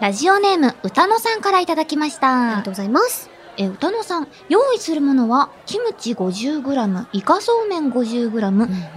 ラジオネーム、歌野さんからいただきましありたがと。うございます。え、歌野さん、用意するものは、キムチ 50g、イカそうめん 50g、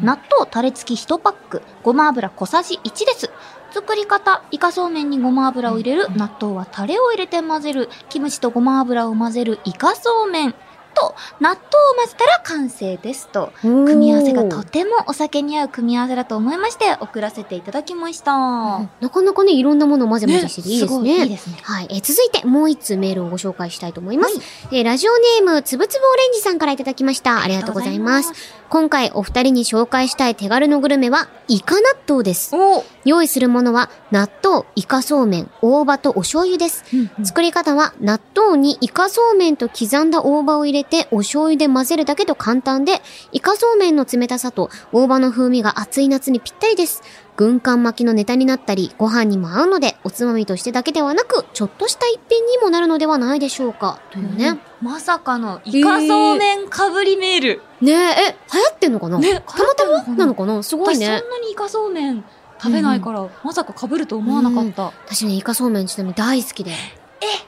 納豆タレ付き1パック、ごま油小さじ1です。作り方、イカそうめんにごま油を入れる、納豆はタレを入れて混ぜる、キムチとごま油を混ぜる、イカそうめんと、納豆を混ぜたら完成ですと。組み合わせがとてもお酒に合う組み合わせだと思いまして、送らせていただきました。うんなかなかね、いろんなものを混ぜ混ぜしてていいですごね。いいいですね。はい。えー続いて、もう一通メールをご紹介したいと思います。はえーラジオネーム、つぶつぶオレンジさんからいただきました。ありがとうございます。す。今回お二人に紹介したい手軽のグルメは、イカ納豆です。おう用意するものは、納豆、イカそうめん、大葉とお醤油です。んうん作り方は、納豆にイカそうめんと刻んだ大葉を入れて、お醤油で混ぜるだけと簡単で、イカそうめんの冷たさと大葉の風味が暑い夏にぴったりです。軍艦巻きのネタになったり、ご飯にも合うので、おつまみとしてだけではなく、ちょっとした一品にもなるのではないでしょうか。というね。まさかのイカそうめんかぶりメール。ねえ、え、流行ってんのかな、ね、たまたまなのかかなすなごい私ねそ。んなにイカそうめん食べないから、まさかかぶると思わなかった。私ね、イカそうめんちなみに大好きで。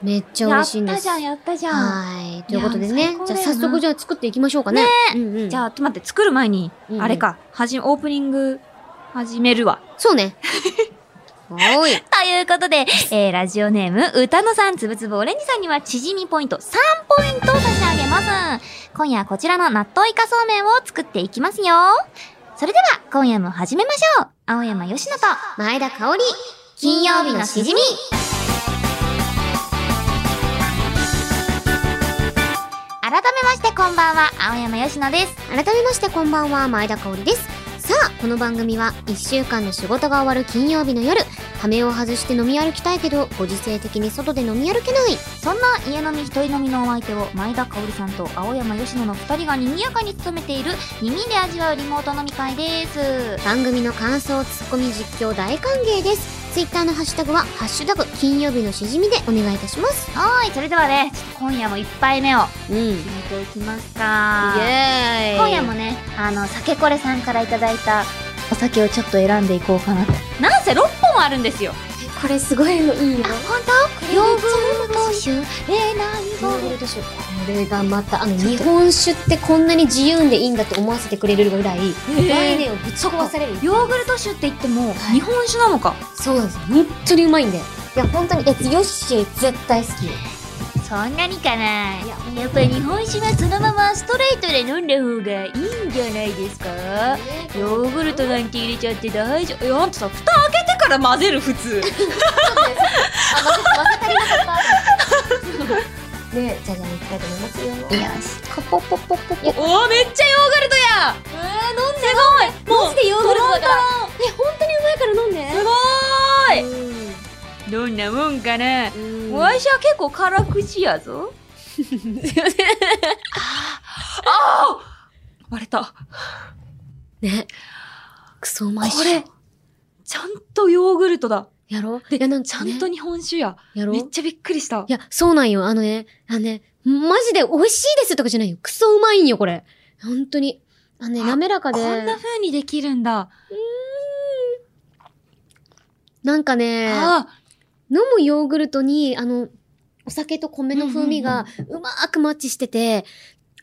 めっちゃ美や味っしいんでたす。じゃん、やったじゃん。はい。ということでねいや。じゃ最あ高だよな早速じゃあ作っていきましょうかね。うんうんじゃあ、ちょっと待って、作る前に、うんうんあれか、はじ、オープニング、始めるわ。そう ね。おーい。ということで、えー、ラジオネーム、歌のさん、つぶつぶオレンジさんには、縮みポイント3ポイントを差し上げます。今夜はこちらの納豆イカそうめんを作っていきますよ。それでは、今夜も始めましょう。青山よしと、前田香織、金曜日のしじみ。改めまして、こんばんは、青山よしです。改めましてこんばんは、前田香織です。さあ、この番組は1週間の仕事が終わる金曜日の夜、羽目を外して飲み歩きたいけど、ご時世的に外で飲み歩けない。そんな家飲み一人飲みのお相手を前田香織さんと青山佳乃の2人が賑やかに務めている耳で味わうリモート飲み会です。番組の感想、ツッコミ、実況大歓迎です。ツイッターのハッシュタグは、ハッシュタグ、金曜日のしじみでお願いいたします。はーい、それではね、ちょっと今夜も1杯目をうん。イ決エめていきますか。ーイ。今夜もね、あの、酒これさんからいただいたお酒をちょっと選んでいこうかなと。なんせ6本あるんですよ。これすごいいいよ。本当ヨーグルト酒、えー、何ヨーグルト酒。これがまた、あの、日本酒ってこんなに自由でいいんだと思わせてくれるぐらい、概念をぶち壊される。ヨーグルト酒って言っても、日本酒なのか。そうなんですよ。本当にうまいんで。いや、本当に、え、ヨッシー絶対好き。そんなにかないややっぱり日本酒はそのままストレートで飲んだ方がいいんじゃないですかヨーグルトなんて入れちゃって大丈夫えあんたさ蓋開けてから混ぜる普通あ、まさ、まさかりなかった。 で、じゃじゃん、いきたいと思いますよ。しコポポポポポおおめっちゃヨーグルトやえー、飲んでごいもうマジでヨーグルトだからトロンえ、本当にうまいから飲んすで。ごごーい。いどんなもんかなうんわしは結構辛口や ぞああ割れたね。クソうまいっしょこれ、ちゃんとヨーグルトだ。やろいや、なんかちゃんとね日本酒や。やろめいっちゃびっくりした。や、そうなんよ。あのね、あのね、マジで美味しいですとかじゃないよ。クソうまいんよ、これ。本当に。あのね、あ滑らかで。こんな風にできるんだ。なんかね、あ飲むヨーグルトに、あの、お酒と米の風味がうまーくマッチしてて、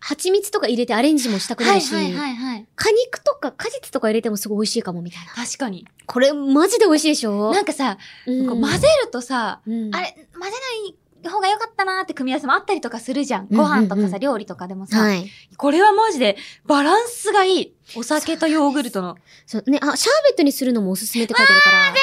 蜂蜜とか入れてアレンジもしたくなるし、いはい。果肉とか果実とか入れてもすごい美味しいかもみたいな。確かに。これマジで美味しいでしょなんかさ、うんこう混ぜるとさ、うんあれ、混ぜない方が良かったなーって組み合わせもあったりとかするじゃん。うんご飯とうんかうんうさ、ん料理とかでもさ。はい。これはマジでバランスがいい。お酒とヨーグルトの。そうね、あ、シャーベットにするのもおすすめって書いてあるから。絶対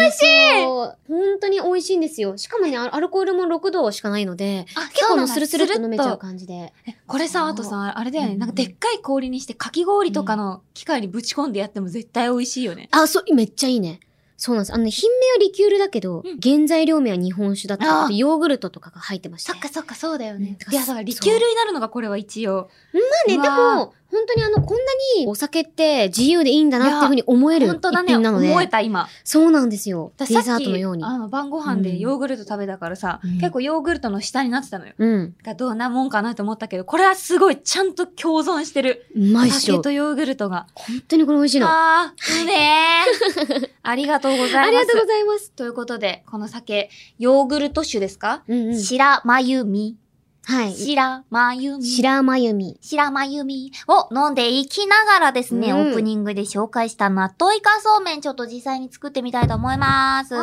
美味しい本当に美味しいんですよ。しかもね、あアルコールも6度しかないので、あ結構もうスルスルっと飲めちゃか。う感じで。これさ、あとさ、あれだようんね。うんなんかでっかい氷にして、かき氷とかの機械にぶち込んでやっても絶対美味しいよね。あ、そう、めっちゃいいね。そうなんです。あのね、品名はリキュールだけど、うん原材料名は日本酒だったりあーあとヨーグルトとかが入ってました、そねっ。かそっか、そうだようんねて。かいや、だからリキュールになるのがこれは一応。まあね、でうわも、本当にあの、こんなにお酒って自由でいいんだなっていうふうに思える本一当だね。品なので。思えた今。そうなんですよ。デだからザさっーきトのように。あの、晩ご飯でヨーグルト食べたからさ、うん結構ヨーグルトの下になってたのよ。うん。がどんなもんかなって思ったけど、これはすごいちゃんと共存してる。うまいっしょ。酒本とヨーグルトが。当にこれ美味しいの。ああー、うね ー。ありがとうございます。りがとうございます。ということで、この酒、ヨーグルト酒ですか、うんうん。白まゆみ。はい。白まゆみ。白まゆみ。白まゆみを飲んでいきながらですね、うんオープニングで紹介した納豆イカそうめん、ちょっと実際に作ってみたいと思います。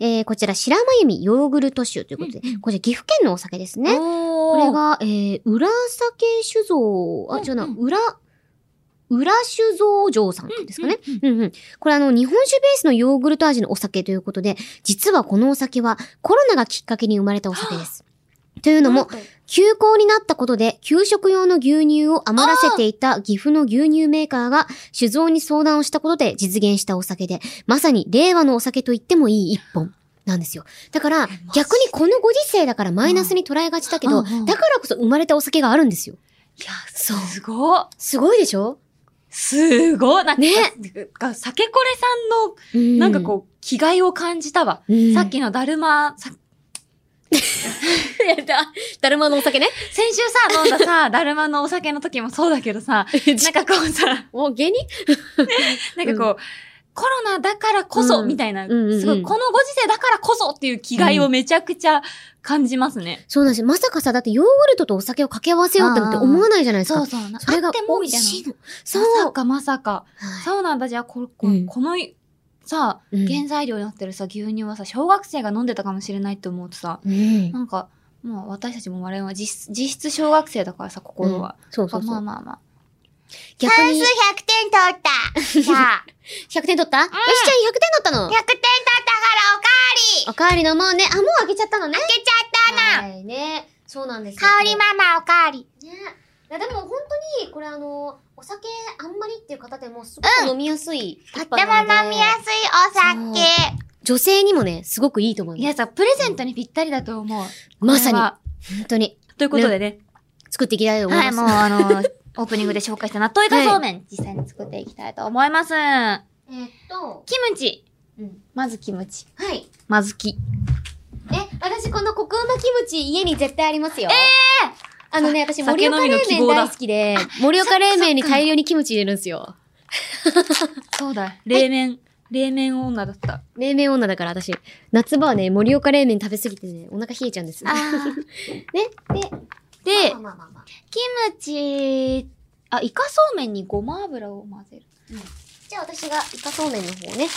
えー、こちら、白まゆみヨーグルト酒ということで、こちら岐阜県のお酒ですね。ここれ、が、えー、裏酒酒造、あ、うん違うな、うん裏、裏酒造嬢さんですかね。うんうんうんうん。これあの、日本酒ベースのヨーグルト味のお酒ということで、実はこのお酒はコロナがきっかけに生まれたお酒です。というのも、休校になったことで、給食用の牛乳を余らせていた岐阜の牛乳メーカーが酒造に相談をしたことで実現したお酒で、まさに令和のお酒と言ってもいい一本。なんですよ。だから、逆にこのご時世だからマイナスに捉えがちだけど、うんうんうんだからこそ生まれたお酒があるんですよ。いや、そうすごっすごいでしょすごいなんか、ねが酒これさんの、なんかこう、気概を感じたわ。うん、さっき のだるま、さやった。だるまのお 酒ね。先週さ、飲んだ さ、だるまのお酒の時もそうだけどさ、なんかこうさ、もう芸人なんかこう、コロナだからこそ、うんみたいな、んうんうんすごい、このご時世だからこそっていう気概をめちゃくちゃ感じますね。そうなんですよ。まさかさ、だってヨーグルトとお酒を掛け合わせようってなんて思わないじゃないですそか。うそう。それがあっても、美みた味いしいな。の。そう。まさかまさか。はいそうなんだ。じゃあ、ここうんこの、さ、うん原材料になってるさ、牛乳はさ、小学生が飲んでたかもしれないって思うとさ、うんなんか、もう私たちも我々は実実質小学生だからさ、心は。そうそうそまあう。まあまあ。逆点に。取った。 じゃあ、 100点取った、えしちゃん100点取ったの100点取ったおかわりのもうね、あ、もう開けちゃったのね。開けちゃったのはいね。そうなんですよからおかわり。香りママおかわ り。ね。いやでも本当に、これあの、お酒あんまりっていう方でもすごく飲みやすい。とっても飲みやい。すいお酒。女性にもね、すごくいいと思いいまやさ、プレゼントにぴったりだと思う。す。まさこに、れ本は当に、ということでね。作っていきたいと思いはまい、す。もうあ の、オープニングで紹介した納豆イカそうめん、実際に作っていきたいと思います。えっと、キムチ。うんまずキムチ。はい。まずき。え、私このコクうまキムチ家に絶対ありますよ。ええあのね、私盛酒岡飲みの冷希麺望だ大好き で、盛岡冷麺に大量にキムチ入れるんですよ。そうだ、冷麺。冷麺女だった。冷麺女だから私、夏場はね、盛岡冷麺食べすぎてね、お腹冷えちゃうんです。ね、で、 で、まあまあまあキムチ、あ、イカそうめんにごま油を混ぜる。じゃあ私がイカそうめんの方をね、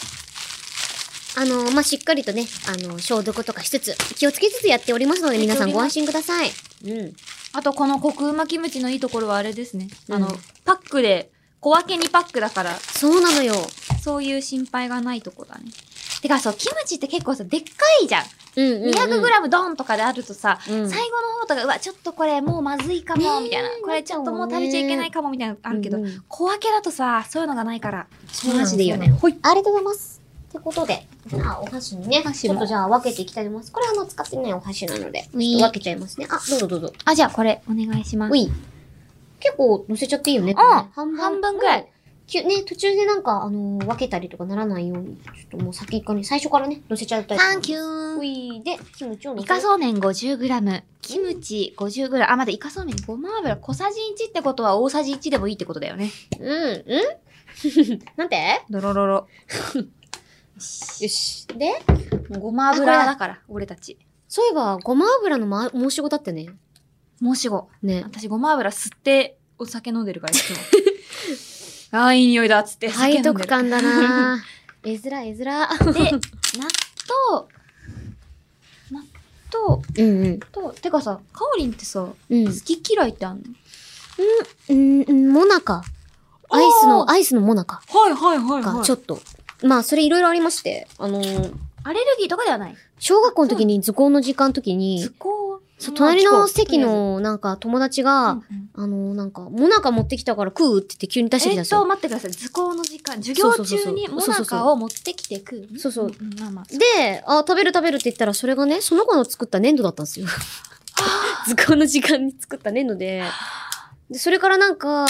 あの、まあ、しっかりとね、あの、消毒とかしつつ、気をつけつつやっておりますので、皆さんご安心ください。うん。あと、このコクうまキムチのいいところはあれですね。あのうん、パックで、小分けにパックだから、そうなのよ。そういう心配がないとこだね。てかそう、キムチって結構さ、でっかいじゃん。うんうん、うん。 200g ドンとかであるとさ、うん最後の方とか、うわ、ちょっとこれもうまずいかも、ねえみたいな。これちょっともう食べちゃいけないかも、みたいなのあるけど、うんうん小分けだとさ、そういうのがないから、うなんマですよジでいいよね。ほい。ありがとうございます。ってことで、じゃあお箸にね、箸ちもょっとじゃあ分けていきたいと思います。これあの、使ってないお箸なので、ちょういっと分けちゃいますね。あ、どうぞどうぞ。あ、じゃあこれ、お願いしますう。い。結構乗せちゃっていいよね。んこれね半分ぐらい。きゅね、途中でなんか、あのー分けたりとかならないように、ちょっともう先っかに、最初からね、乗せちゃうタイプ。サンキューういで、キムチを乗イせるカそうめん 50g、キムチ 50g、あ、まだイカそうめんにごま油小さじ1ってことは大さじ1でもいいってことだよね。うん、うんなん てドロロロ。よし。で、もうごま油だから、俺たち。そういえば、ごま油の、ま、申し子だったね。もしご。ね。私ごま油吸ってお酒飲んでるから、いつも。 あー、いい匂いだっつって。酒飲背んでる徳感だな 絵面、絵面。で、納豆、納豆うんうん。と、てかさ、カオリンってさ、うん好。き嫌いってあんのうんうん、モナカ。アイスの、アイスのモナカはいはいはいがはちょい。っと。まあ、それいろいろありまして、あのーアレルギーとかではない。小学校の時に図工の時間の時に図、工。そう隣の席うんのなんか友達が、うんあのーなんか、モナカ持ってきたから食うって言って急に出してきたんえっですと、よ。待ってください。図工の時間。授業中にそうモそうそうそうナカを持ってきてく。。そうそうんまあまあ。で、あ、食べる食べるって言ったら、それがね、 その子の作った粘土だったんですよ。図工の時間に作った粘土で、でそれからなんか、あ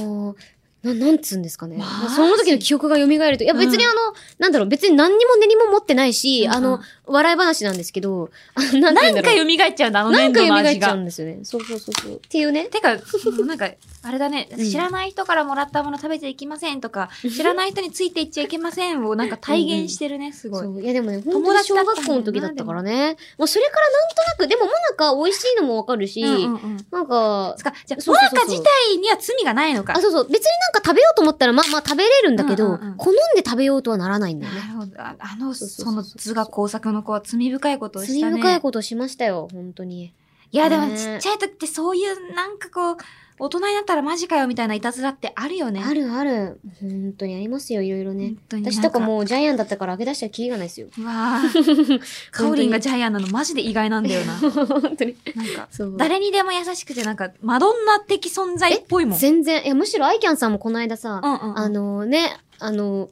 のーな、なんつうんですかねマ。ジその時の記憶が蘇ると。いや、別にあの、なんだろう、別に何にも何も持ってないうし、んうんあの、笑い話なんですけど、あのなんてな言うんんだかろう。蘇っちゃうんだ、あのなん粘か土の蘇味っちゃがう。んですよね。そうそうそうそう。っていうね。てか、もうなんか、あれだね、うん知らない人からもらったもの食べていきませんとか、知らない人についていっちゃいけませんをなんか体現してるね、すごい。そう。いやでもね、友本当に達だ小ったんだよな学校の時だったからね。まあそれからなんとなく、でももなか美味しいのもわかるし、うんうんうんなんかつ、かじゃあ、そうモそナうそうカそう自体には罪がないのかあ、。そうそう。別になんか食べようと思ったら、まあまあ食べれるんだけど、うんうんうん好んで食べようとはならないんだなよね。るほど。ああの、そうそうそそうの図画工作の子は罪深いことをし罪たね。深いことしましたよ、本当に。いや、でもねちっちゃい時ってそういう、なんかこう、大人になったらマジかよみたいないたずらってあるよね。あるある。本当にありますよ、いろいろね。本当になん私とかもうジャイアンだったから開け出したらキリがないですよ。うわあ カオリンがジャイアンなのマジで意外なんだよな。本当に。なんか、そう。誰にでも優しくて、なんか、マドンナ的存在っぽいもん。全然、いや、むしろアイキャンさんもこの間さ、うんうんうんあのね、あの、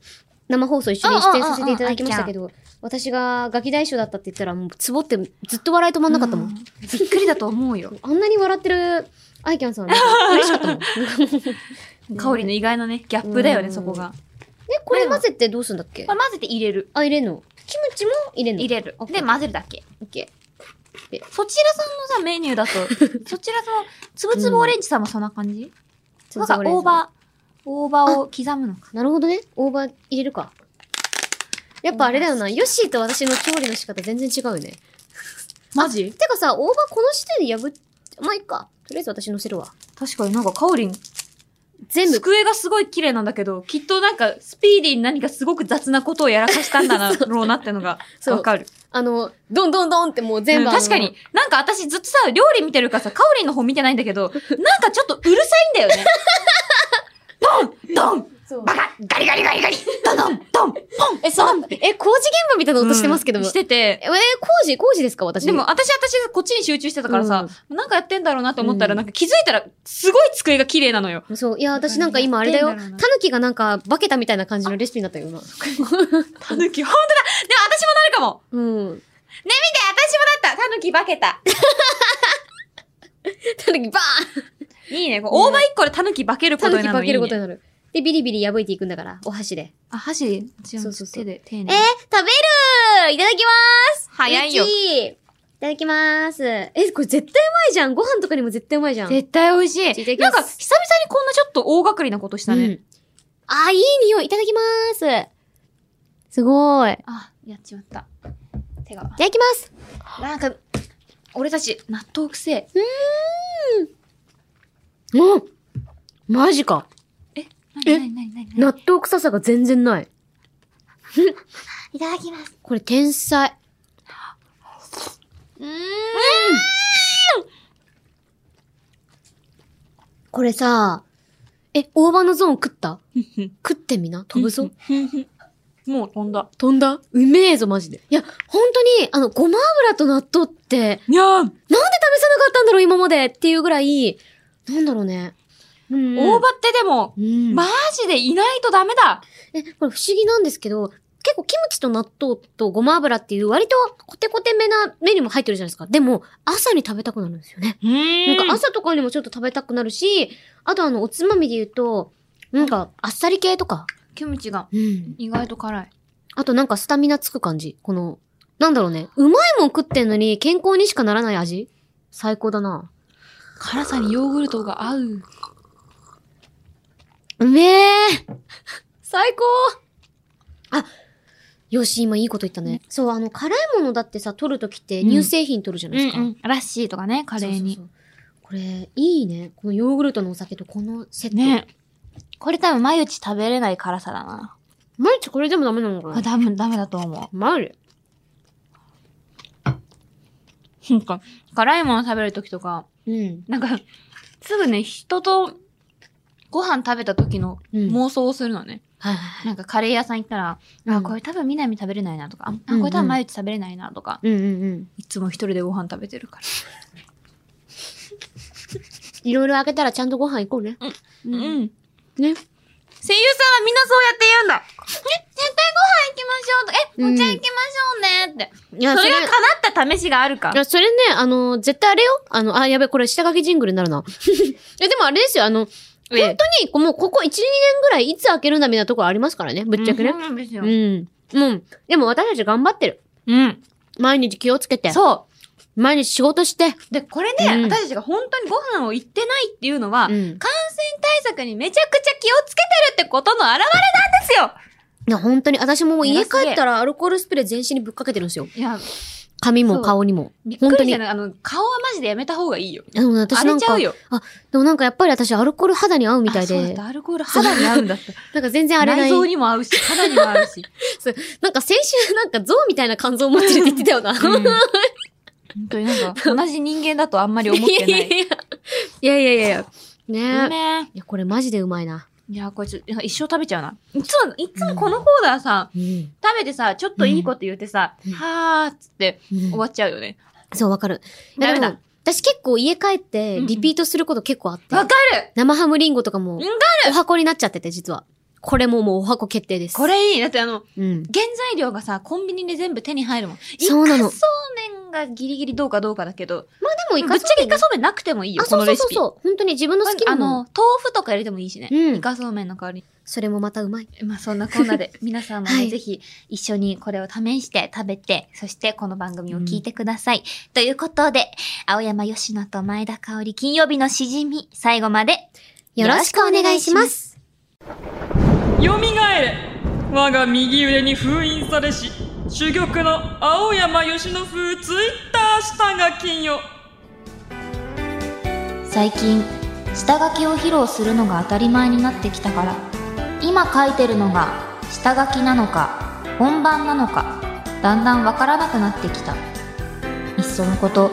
生放送一緒に出演させていただきましたけど、私がガキ大将だったって言ったら、もうツボってずっと笑い止まんなかったもん。うびっくりだと思うよ。あんなに笑ってるアイキャンさん、なんか嬉しかったもん。ねカオリンの意外なね、ギャップだようね、んそこが。え、これ混ぜてどうすんだっけこれ混ぜて入れる。あ、入れんのキムチも入れんの入れる。で、混ぜるだけ。オッケそちらさんのさ、メニュー だと、そちらその、つぶつぶオレンジさんもそんな感じ、ー。なんか、大葉、大葉を刻むのか。なるほどね。大葉入れるか。やっぱあれだよな。ヨッシーと私の調理の仕方全然違うよね。マジてかさ、大葉この時点で破っ、まあ、いっか。とりあえず私乗せるわ。確かになんか、カオリン、全部、机がすごい綺麗なんだけど、きっとなんか、スピーディーに何かすごく雑なことをやらかしたん だなろうなってのが、そうわかる。あの、どんどんどんってもう全部、うん確かに。、なんか私ずっとさ、料理見てるからさ、カオリンの方見てないんだけど、なんかちょっとうるさいんだよね。ドンドンそうバカガリガリガリガリドンドンドンポンえ、そう、え、工事現場みたいな音してますけども。してて、え、工事、工事ですか私。でも、私、私、こっちに集中してたからさ、なんかやってんだろうなと思ったら、うんなんか気づいたら、すごい机が綺麗なのよ。そう。いや、私なんか今あれだよ。やタってんだろうヌなキがなんか、化けたみたいな感じのレシピになったよ、今。たぬき、ほんとだでも私もなるかもうん。で、私もなったたぬき化けたタヌキバーンいいね、こう大葉一個でたぬき化けるこタとヌになキる化のいけい、ることにね。なる。で、ビリビリ破いていくんだから、お箸で。あ、箸、違う、そうそうそう手で、丁寧にえー、食べるいただきます早いよう。ちいただきます。え、これ絶対うまいじゃん。ご飯とかにも絶対うまいじゃん。絶対美味しちょっといい。なただんきまか、す久々にこんなちょっと大掛かりなことしたうね。んあー、いい匂い。いただきます。すごい。いあ、やっちまった。手が。ただきます。なんか、俺たち、納豆くせえ。うんマジか。えなになになになになに納豆臭さが全然ない。いただき ます。これ天才。うーん。これさ、え、大葉のゾーン食った食ってみな。飛ぶぞ。 もう飛んだ。飛んだうめえぞ、マジで。いや、本当に、あの、ごま油と納豆って、にゃーんなんで試さなかったんだろう、今までっていうぐらい、なんだろうね。うん大葉ってでも、うん。マジでいないとダメだえ、これ不思議なんですけど、結構キムチと納豆とごま油っていう割とコテコテめなメニューも入ってるじゃないですか。でも、朝に食べたくなるんですよね。ななんか朝、朝とかにもちょっと食べたくなるし、あとあの、おつまみで言うと、なんか、あっさり系とか。キムチがうん。意外と辛い。あとなんかスタミナつく感じ。この、なんだろうね。うまいもん食ってんのに健康にしかならない味最高だな。辛さにヨーグルトが合う。うめえ最高あ、よし、今いいこと言ったね。そう、あの、辛いものだってさ、取るときってうん乳製品取るじゃないですか。ラッシーとかね、カレーにそ。うそうそうこれ、いいね。このヨーグルトのお酒とこのセット。ね。これ多分、毎日食べれない辛さだな。毎日これでもダメなのかあ、な多分ダメだと思う。マジなんか、辛いもの食べるときとか、うん。なんか、すぐね、人とご飯食べた時のうん妄想をするのね。はいはいなんかカレー屋さん行ったら、はい。あ、これ多分南食べれないなとか、あ、うんうんこれ多分毎日食べれないなとか、うんうんうん。いつも一人でご飯食べてるから。いろいろ開けたらちゃんとご飯行こうね。うん。声優さんはみね。んなそうやって言うんだ。え、絶対ご飯行きましょうとか、え、うんお茶行きましょうねって。いや、そそれれが叶った試しがあるかい。や、それね、あの、絶対あれよ。あの、あ、やべ、これ下書きジングルになるな。 え、でもあれですよ、あの、ええ本当に、こうもうここ1、2年ぐらいいつ開けるんだみたいなところありますからね、ぶっちゃけねうん。そうなんですよう。ん。うん。でも私たち頑張ってる。うん。毎日気をつけて。そ毎日仕事して。う。で、これね、うん私たちが本当にご飯を言ってないっていうのは、うん。感染対策にめちゃくちゃ気をつけてるってことの表れなんですよいや、本当に、私ももう家偉すぎ帰ったらアルコールスプレー全身にぶっかけてるんですよ。いや、髪そもう顔にも。びっ本く当りしにた。ね。あの、顔はマジでやめた方がいいよ。あの私荒なれんちゃかう、よ。でもなんかやっぱり私アルコール肌に合うみたいあそうだっでた、アルコール肌に合うんだって。なんか全然荒れな内い。臓にも合うし、肌にも合う し。なんか先週なんか象みたいな肝臓持ってるって言ってたよ な。うん本当になんか、同じ人間だとあんまり思って ない。いやいやいやいや。うねえ。めいや、これマジでうまいな。え。いや、これちょっとなんか一生食べちゃうな。いつも、いつもこのコーナーさ、うん。食べてさ、ちょっといいこと言ってさ、うんはーっつって終わっちゃうよね。そう、わかる。いやダメだでも私結構家帰っうてんうんリピートすること結構あって。わかる生ハムリンゴとかもわか、お箱になっちゃってて、実は。これももうお箱決定です。これいい。だってあの、うん。原材料がさ、コンビニで全部手に入るもん。そうなのイカそうめんがギリギリどうかどうかだけど、まあでもイぶっカちゃけイカそそうめんなくてもいいよ、あ、そこのうそうレシそうピ。そう。本当に自分の好きなあもの、の。豆腐とか入れてもいいしね。うんイカそうめんの代わりそれもまたうまい。に。まあそんなこんな で、皆さんもね、はいぜひ一緒にこれを試して食べて、そしてこの番組を聞いてください。ということで、青山吉野と前田香織金曜日のしじみ、最後までよろしくお願いします。よみがえれ我が右腕に封印されし珠玉の青山吉野風ツイッター下書きよ最近下書きを披露するのが当たり前になってきたから今書いてるのが下書きなのか本番なのかだんだんわからなくなってきたいっそのこと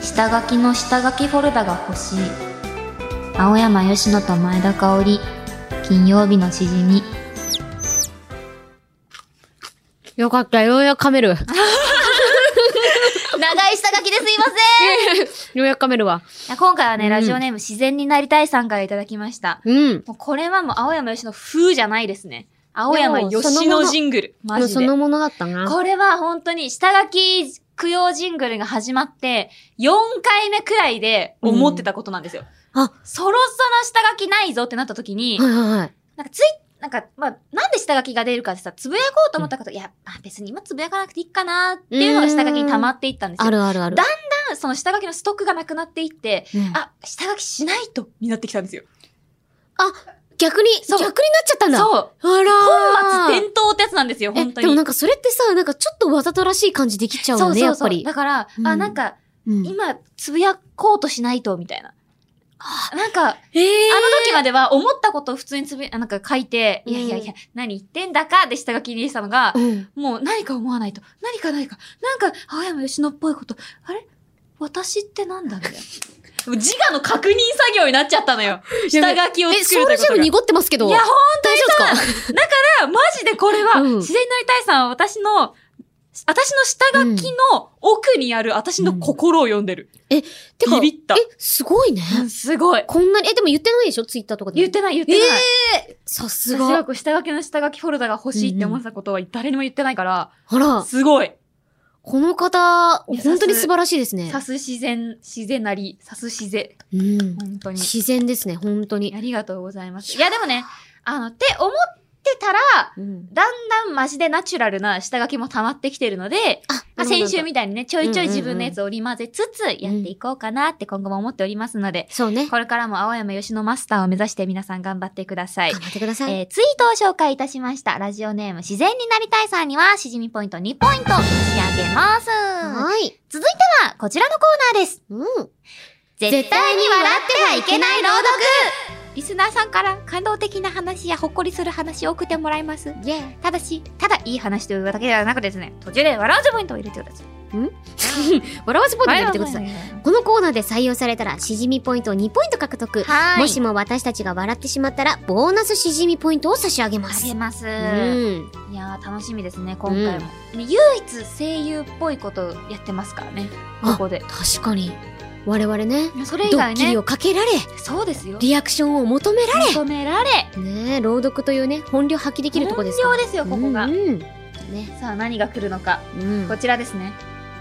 下書きの下書きフォルダが欲しい青山佳乃と前田香織金曜日のしじみよかった。ようやく噛 める。長い下書きですいまようやく噛めるわ。せん今回はね、うんラジオネーム自然になりたいさんからいただきましたうん。もうこれはもう青山佳乃風じゃないですね青山でもその佳乃ものジングルマもうジでそのものだったな。これは本当に下書き供養ジングルが始まって、4回目くらいで思ってたことなんですよ。うんあそろそろ下書きないぞってなった時に、はいはいはい。なんかつい、なんか、まあ、なんで下書きが出るかってさ、つぶやこうと思ったこと、いや、まあ別に今つぶやかなくていいかなっていうのが下書きに溜まっていったんですあよ。だんるあるある。だだんその下書きのストックがなくなっていって、うんあ、下書きしないと、になってきたんですよ。逆に、そう逆になっちゃったんだ。そう。あら本ー末転倒ってやつなんですよ、え、本当に。でもなんかそれってさ、なんかちょっとわざとらしい感じできちゃうそようね、そやうっそぱう。り。だから、うんあ、なんか、うん今、つぶやこうとしないと、みたいな。なんか、あのえー時までは思ったことを普通につぶや、なんか書いて、いやいやいや、何言ってんだかで下書きにしたのが、うんもう何か思わないと、何か何か、なんか、青山吉野っぽいこと、あれ私ってなんだみたいな。もう 自我の確認作業になっちゃったのよ。下書きをえ、作ソるといウルうこジェとムが。濁ってますけど。いや、ほん大丈夫ですかとマジでこれは、うん自然になりたいさんは私の、私の下書きの奥にある私の心を読んでる。てか、ビビったえ、すごいね。うんすごい。こんなに、え、でも言ってないでしょツイッターとかで。言ってない言ってない。さす私はが。こう下書きの下書きフォルダが欲しいって思ってたことは誰にも言ってないから、ほら、すごい。この方、いや本当に素晴らしいですねさ。す自然、自然なり、さす自然。うん。本 当に。自然ですね、本当に。ありがとうございます。いやでもね、あの、って思ってたら、うんだんだんマジでナチュラルな下書きも溜まってきてるので、あまあ、先週みたいにね、ちょいちょい自分のやうんつを織り交ぜつつやっていこうかなって今後も思っておりますので、そうね。これからも青山吉野マスターを目指して皆さん頑張ってください頑。張ってください。えーツイートを紹介いたしましたラジオネーム自然になりたいさんにはしじみポイント2ポイント差し上げますはーい。続いてはこちらのコーナーですうん。絶対に笑ってはいけない朗読リスナーさんから感動的な話やほっこりする話を送ってもらいますイェただしただいい話というだけではなくですね途中で笑うぜポイントを入れてくださいー。笑わせポイント入れてください。いこのコーナーで採用されたら、しじみポイントを2ポイント獲得。はいもしも私たちが笑ってしまったら、ボーナスしじみポイントを差し上げまあす。げます、うん。いやー楽しみですね今回も、唯一声優っぽいことやってますからねここで確かに。我々ね、それ以ドッ外キねリをかけられ、そうですよリアクションを求められ。求められねえ、朗読というね、本領発揮できるとこですから。本領ですよここが、うんうん。さあ何が来るのかうんこちらですね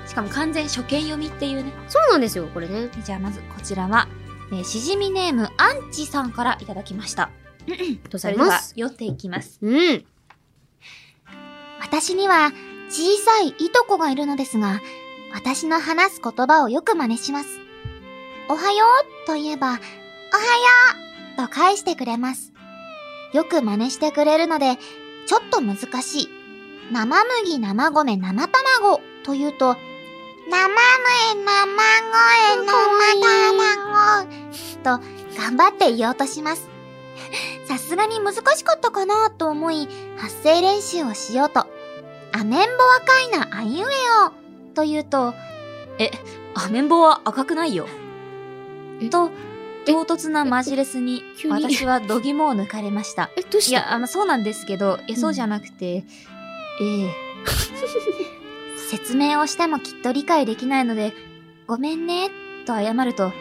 しかも完全初見読みっていうね。そうなんですよ、これね。じゃあまずこちらは、えーしじみネームアンチさんからいただきました。ありがとうごそざれいではます。読んでいきます。うん。私には小さいいとこがいるのですが、私の話す言葉をよく真似します。おはようと言えば、おはようと返してくれます。よく真似してくれるので、ちょっと難しい。生麦、生米、生卵と言うと、生麦、生米、生卵と頑張って言おうとします。さすがに難しかったかなと思い、発声練習をしようと、アメンボ赤いなあいうえおと言うと、え、アメンボは赤くないよえ。と、唐突なマジレスに急、に私は度肝を抜かれました。 え、どういしたや、あの、そうなんですけど、いや、そうじゃなくて、ええ説明をしてもきっと理解できないので、ごめんね、と謝ると、あ、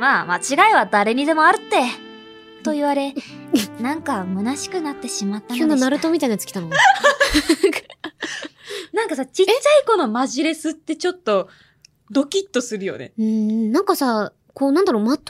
まあ、間違いは誰にでもあるって、と言われ、なんか虚しくなってしまったので急したなナルトみたいなやつ来たの。なんかさ、ちっちゃい子のマジレスってちょっと、ドキッとするよね。うん、なんかさ、こうなんだろう、まと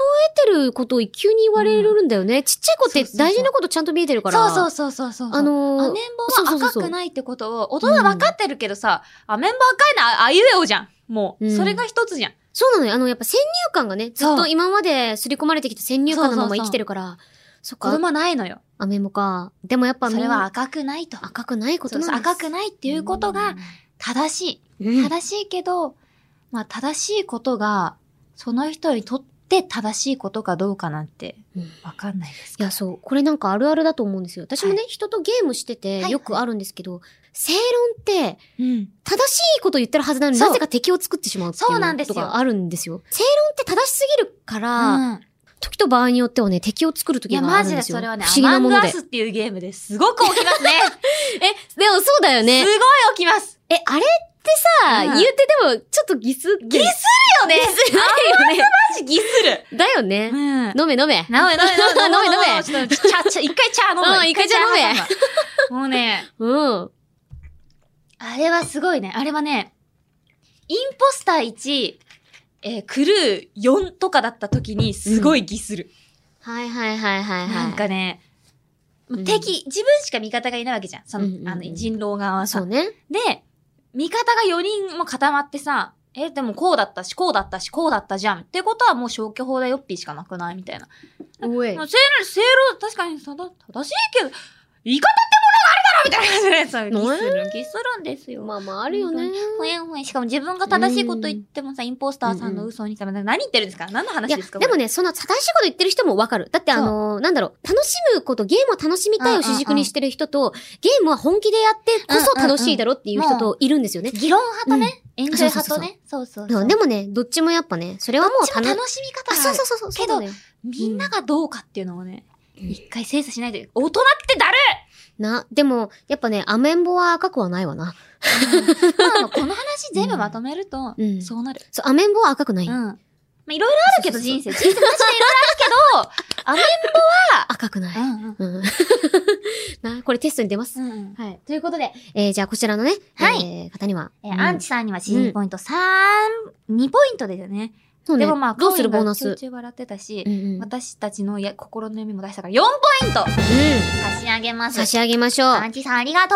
えてることを急に言われるんだよね。ちっちゃいそ子っうてそうそう大事なことちゃんと見えてるから。そうそうう。そうそうそう。あのーアメンボは赤くないってことを、大そうそうそう人分かってるけどさ、アメンボ赤いな、ああいうえおじゃん。もう、うんそれが一つじゃん。そうなのよ。あの、やっぱ先入観がね、ずっそとう今まで刷り込まれてきた先入観のまそうそまうそ生うきてるから。そっ子か、供はないのよ。アメモか。でもやっぱそれみんはな赤くないと。赤くないことそうなんそでうす赤くないっていうことが、正しうんい。正しいけど、まあ正しいことが、その人にとって正しいことかどうかなんてうん、わかんないですいかや、そう。これなんかあるあるだと思うんですよ。私もね、人とゲームしていて、はいよくあるんですけど、正論って、うん。正しいこと言ってるはずなのにそうなぜか敵を作ってしまうっていうそうなんですこよとがあるんですよ。正論って正しすぎるから、うん時と場合によってはね、敵を作るい時や、があマるジんでですよ。それはね、不ア思議マなンもグのアで。スっていうゲームですごく起きますね。え、でもそうだよすねご。い起きます。え、あれってさ、うん言うてでも、ちょっとギスって。ギスるよねギスだよね。マジギスる。だようね。ん。飲め飲飲め。め飲め飲め飲め飲めちょっとちゃちゃ一回茶飲む。うん一回茶飲め一回茶む。もうね、うん。あれはすごいね。あれはね、インポスター1、えークルー4とかだった時にすごいギスる。はいはいはいはいはい。なんかね、うん敵、自分しか味方がいないわけじゃん。その、うんうんうんあの、人狼側はさそうね。で、味方が4人も固まってさ、え、でもこうだったし、こうだったし、こうだったじゃん。ってことはもう消去法だよっぴーしかなくないみたいな。おいまあ、。正論、正論、確かに正正しいけど、言い方ってものがあるだろみたいな感じでさ、ギスる、ギスるんですよ。まあまああるよね。ほえんほえん。しかも自分が正しいこと言ってもさ、インポスターさんの嘘にため何言ってるんですか何のい話や、ですかでもね、ね、その正しいこと言ってる人もわかる。だってあのー、なんだろう、楽しむこと、ゲームを楽しみたいを主軸にしてる人と、ゲームは本気でやってこそ楽しいだろっていう人といるんですよね。議論派とね、エンジョイ派とね。そうそうそう。うんでもね、どっちもやっぱね、それはもこっうちも楽楽しみ方あ、がそあうるそうそうそけう。どそうなのよみんながどうかっていうのをね、うん一回精査しないで、大人ってだるな、でも、やっぱね、アメンボは赤くはないわな。いまああのこの話全部まとめると、うんそうなる。そう、アメンボは赤くない。うん。まあ、いろいろあるけど、人生。人生マジでいろいろあるけど、あれ赤くない。んうん。うん。 な、これテストに出ます。うんはい。ということで、えー、じゃあこちらのね、はいえー方には。えーアンチ。チさんには指示ポイント3、2ポイントですよね。そうねでもまあ、どうするカボオリンがーナス。ちょいちょい笑ってたし、んうん。私たちのや心の闇も出したから4ポイントう差し上げまん。す。差し上げましょう。アンチさんありがと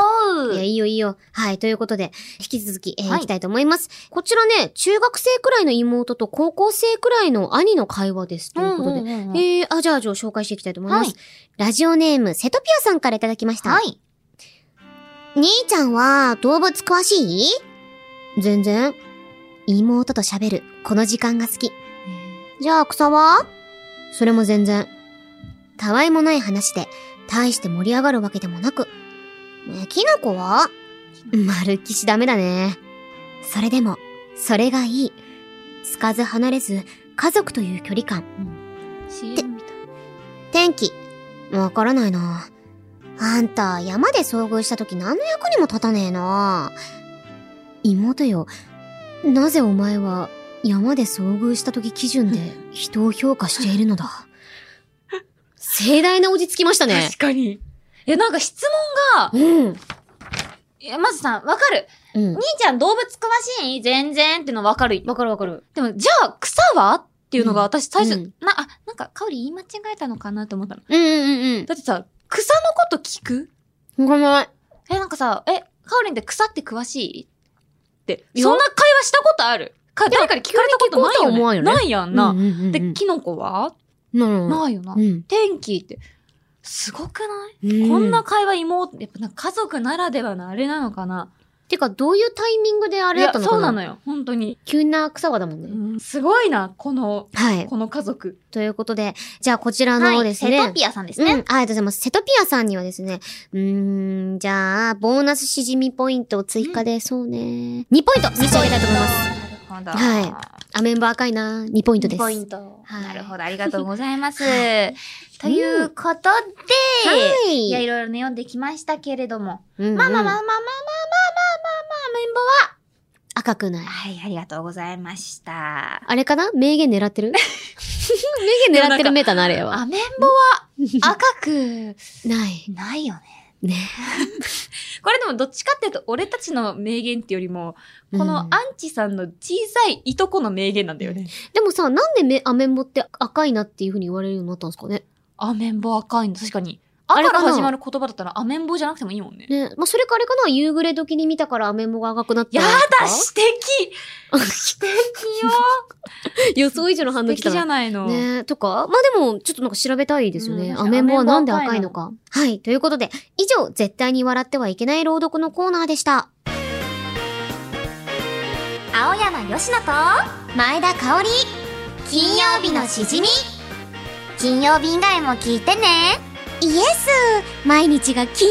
ういや、いいよいいよ。はい。ということで、引き続き、えーはいい、きたいと思います。こちらね、中学生くらいの妹と高校生くらいの兄の会話です。ということで。んんんんえー、あ、じゃあ、じゃあ、紹介していきたいと思います。はいラジオネーム、セトピアさんからいただきました。はい。兄ちゃんは、動物詳しい全然。妹と喋る、この時間が好き。じゃあ、草はそれも全然。たわいもない話で、大して盛り上がるわけでもなく。ねきなこはまるっきしダメだね。それでも、それがいい。つかず離れず、家族という距離感。 CM みたい。天気。わからないな。あんた、山で遭遇した時何の役にも立たねえな。妹よ、なぜお前は山で遭遇した時基準で 人を評価しているのだ盛大な落ち着きましたね確。かに。いや、なんか質問が、うん。いや、まずさ、わかる。ううん兄。ちゃん動物詳しい全然っての分かる。わかるわかる。でも、じゃあ草はっていうのが私最初、うんな、あ、なんか、香り言い間違えたのかなって思ったの。うんうんだってさ、草のこと聞くうん。ごめん。え、なんかさ、え、カオリンって草って詳しいって、いやそんな会話したことあるか誰かに聞かれたことないよ急に聞こうとは思わんね。よねないやんな。うんうんうんうん、で、キノコは、なないよな。うん。天気って、すごくない、うんこんな。会話妹、やっぱなんか家族ならではのあれなのかなてか、どういうタイミングであれだったのかいやなそうなのよ、本当に。急な草葉だもんね。うんすごいな、この、はい。この家族。ということで、じゃあこちらのですね。ピアさんでうん、ありがとうございます。セトピアさんにはですね、うーん、じゃあ、ボーナスしじみポイントを追加で、そうね。2ポイント差し上げたいと思います。なるほど。はアメンボ赤いな。2ポイントです。ポイント。はいなるほど。ありがとうございます。はということで、はい。いや、いろいろね、読んできましたけれども。うんうんまあまあまあまあまあまあまあまあまあまあ、赤くない綿棒。は。はい、ありがとうございました。あれかな名言狙って る名言狙ってるメーターのあれは。あ、綿棒は赤くない。ないよね。ね。これでもどっちかっていうと、俺たちの名言ってよりも、このアンうんチさんの小さいいとこの名言なんだよね。でもさ、なんでめアメンボって赤いなっていう風に言われるようになったんですかねあ、綿棒赤いんだ。確かに。ああかれからな始まる言葉だったら、あ、綿棒じゃなくてもいいもんね。ね。まあ、それかあれかな夕暮れ時に見たからアメンボが赤くなったやんだですか。指摘 指摘よ予想以上の反素応来敵たじなゃないの。ねえ、とか、まあでも、ちょっとなんか調べたいですよね。うんアメンボはなんで赤いのか。はい、ということで、以上、絶対に笑ってはいけない朗読のコーナーでした。青山よしのと前田香織金曜日のしじみ金曜日以外も聞いてねイエス毎日が金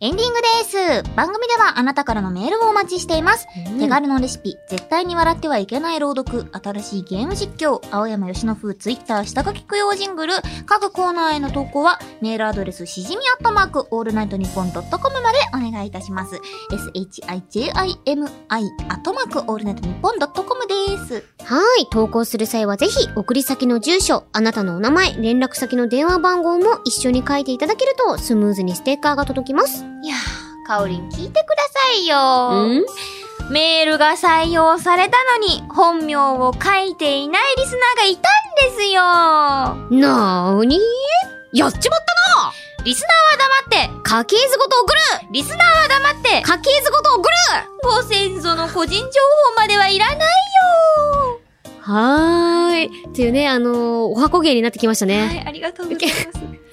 エンディングです番組ではあなたからのメールをお待ちしています、手軽のレシピ絶対に笑ってはいけない朗読新しいゲーム実況青山よしの風ツイッター下書き供養ジングル各コーナーへの投稿はメールアドレスしじみアットマークオールナイトニッポンドットコムまでお願いいたします shijimi アットマークオールナイトニッポンドットコムですはい、投稿する際はぜひ、送り先の住所、あなたのお名前、連絡先の電話番号も一緒に書いていただけると、スムーズにステッカーが届きます。いやー、かおりん聞いてくださいよ、メールが採用されたのに、本名を書いていないリスナーがいたんですよなーにやっちまっリスナーは黙って、た家系図ごと送るリスナーは黙って、家系図ごと送るご先祖の個人情報まではいらないよはーい。っていうね、あのーお箱芸になってきましたね。はい、ありがとうございます。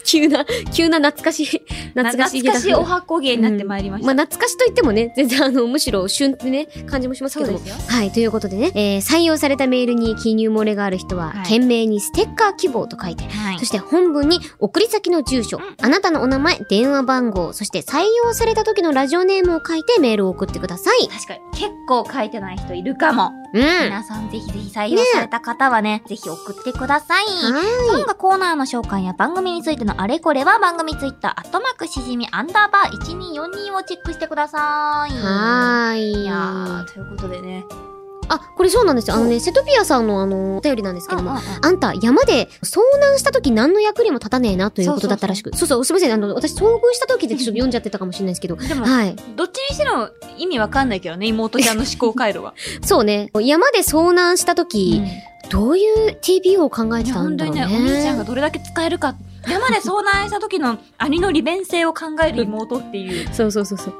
急な、急な懐かしい、懐かしい 懐日だかしいお箱芸になってまいりました。まあ、懐かしと言ってもね、全然あの、むしろ旬ってね、感じもしますそけうでども。すよ。はい、ということでね、えー採用されたメールに記入漏れがある人は、はい懸命にステッカー希望と書いて、はいそして本文に送り先の住所、うんあなたのお名前、電話番号、そして採用された時のラジオネームを書いてメールを送ってください。確かに、結構書いてない人いるかも。うん。は皆さんぜひぜひ採用された方はね、ぜひ送ってください。ーそんがコーナーの紹介や番組についてのあれこれは番組ツイッター、アットマークしじみアンダーバー1242をチェックしてください。い。はーい。いやー、ということでね。あ、これそうなんですよ。あのね、セトピアさんのあの、お便りなんですけども、うんうんうんあんた、山で遭難した時何の役にも立たねえなということだったらしく。そうそう、すみません。あの、私遭遇した時でちょっと読んじゃってたかもしれないですけど。でも、はい。どっちにしても意味わかんないけどね、妹ちゃんの思考回路は。そうね。山で遭難した時、どういう TPO を考えいてやたん本当だろにうね、ね。お兄ちゃんがどれだけ使えるか。山で遭難した時の兄の利便性を考える妹っていう。そうそうそうそう。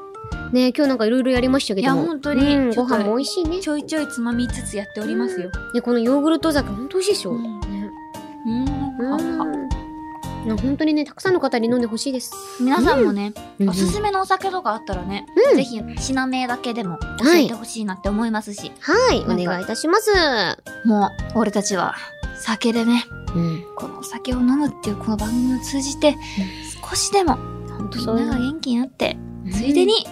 ね今日なんかいろいろやりましたけいどや、も。本当に、うんちょごっと飯も美味しいね ち。ょいちょいつまみつつやっておりますよ。ね、このヨーグルト酒、本当美味しいでしょ。ううんん。うんうああん。ね本当にね、たくさんの方に飲んでほしいです。皆さんもね、おすめ。すめのお酒とかあったらね、うんぜひ品名だけでも教えてほしいなって思いますし、はい、なんおか願いいたします。もう俺たちは酒でね、うん。このお酒を飲むっていうこの番組を通じて、少しでも本みんなが元気になって、ついでに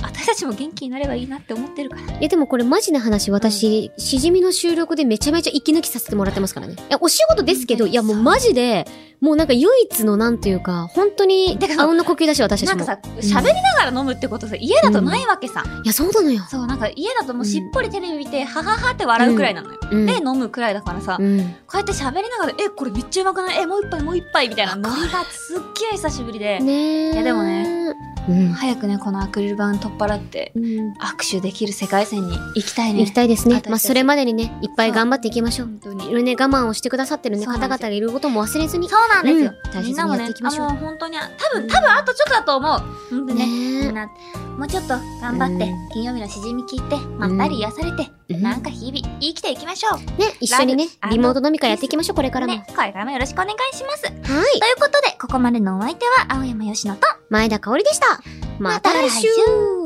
私たちも元気になればいいなって思ってるから。え、でもこれマジな話、私、しじみの収録でめちゃめちゃ息抜きさせてもらってますからね。いや、お仕事ですけど、いやもうマジで、もうなんか唯一のなんていうか、本当にてか、さあうんの呼吸だし、私たなちんも。かさ、ん喋りながら飲むってことさ、家だとないわけさ。いや、そうなのよ。そう、なんか家だともうしっぽりテレビ見て、はははって笑うくらいなのよ。うん。で、飲むくらいだからさ、うん。こうやって喋りながら、え、これめっちゃうまくないえ、もう一杯もう一杯みたいなノリがすっげえ久しぶりで。ねえ。いやでもね、うん。早くね、このアクリル板取っ払って、うん握手できる世界線に行きたいね。行きたいですね私。たちまあ、それまでにね、いっぱい頑張っていきましょう。本当に。いろいろね、我慢をしてくださってるね、そう方なんですよ々がいることも忘れずに。そうなんですよ。うんみんな大切にやもっねていきましょうあもう本当に、多分、多分あとちょっとだと思う。本当にね。みんねな、もうちょっと頑張って、うん金曜日のしじみ聞いて、まったり癒されて、うんなんか日々生きていきましょう。ね、一緒にねラ、ブリモート飲み会やっていきましょう、これからも。はね、これからもよろしくお願いします。というい。ことで、ここまでのお相手は、青山よしのと、前田香織でした。また来週週